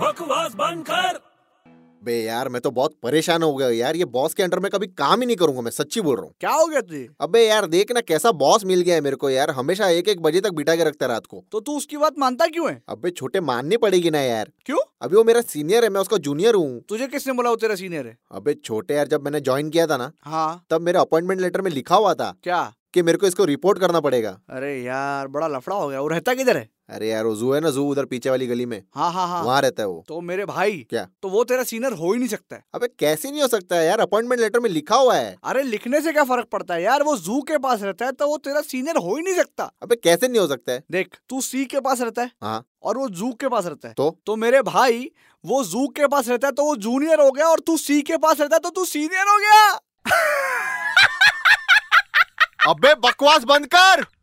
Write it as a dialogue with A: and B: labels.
A: बकवास बंद कर
B: बे यार मैं तो बहुत परेशान हो गया हूँ यार ये बॉस के अंडर में कभी काम ही नहीं करूंगा मैं सच्ची बोल रहा हूँ
C: क्या हो गया तुझे
B: अबे यार देख ना कैसा बॉस मिल गया है मेरे को यार हमेशा एक एक बजे तक बिठा के रखता है रात को
C: तो तू उसकी बात मानता क्यों है
B: अबे छोटे माननी पड़ेगी ना यार
C: क्यों
B: अभी वो मेरा सीनियर है मैं उसका जूनियर हूँ
C: तुझे किसने बोला वो तेरा सीनियर है
B: अबे छोटे यार जब मैंने ज्वाइन किया था ना
C: हाँ
B: तब मेरे अपॉइंटमेंट लेटर में लिखा हुआ था
C: क्या
B: कि मेरे को इसको रिपोर्ट करना पड़ेगा
C: अरे यार बड़ा लफड़ा हो गया वो रहता किधर है
B: अरे यार वो जू है ना जू उधर पीछे वाली गली में
C: हाँ हाँ हाँ
B: वहाँ रहता है वो
C: तो मेरे भाई
B: क्या?
C: तो वो तेरा सीनियर हो ही नहीं सकता है
B: अबे कैसे नहीं हो सकता है यार अपॉइंटमेंट लेटर में लिखा हुआ है
C: अरे लिखने से क्या फर्क पड़ता है यार वो जू के पास रहता है तो वो तेरा सीनियर हो ही नहीं सकता
B: अबे कैसे नहीं हो सकता है
C: देख तू सी के पास रहता है
B: हाँ।
C: और वो जू के पास रहता है
B: तो?
C: तो मेरे भाई वो जू के पास रहता है तो वो जूनियर हो गया और तू सी के पास रहता है तो तू सीनियर हो गया
B: अबे बकवास बंद कर